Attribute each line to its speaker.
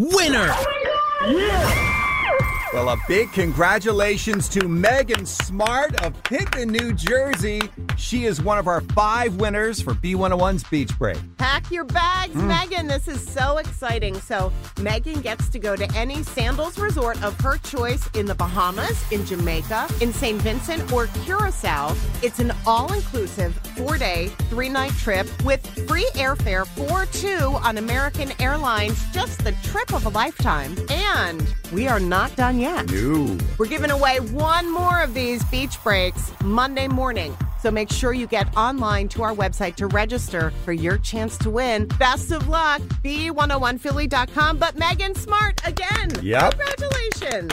Speaker 1: winner.
Speaker 2: Well, a big congratulations to Megan Smart of Pickton, New Jersey. She is one of our five winners for B101's Beach Break.
Speaker 3: Pack your bags, Megan. This is so exciting. So, Megan gets to go to any Sandals resort of her choice in the Bahamas, in Jamaica, in St. Vincent, or Curacao. It's an all inclusive four day, three night trip with free airfare for two on American Airlines, just the trip of a lifetime. And we are not done yet.
Speaker 2: Ooh.
Speaker 3: We're giving away one more of these beach breaks Monday morning. So make sure you get online to our website to register for your chance to win. Best of oh luck, b101philly.com. But Megan Smart again.
Speaker 2: Yep.
Speaker 3: Congratulations.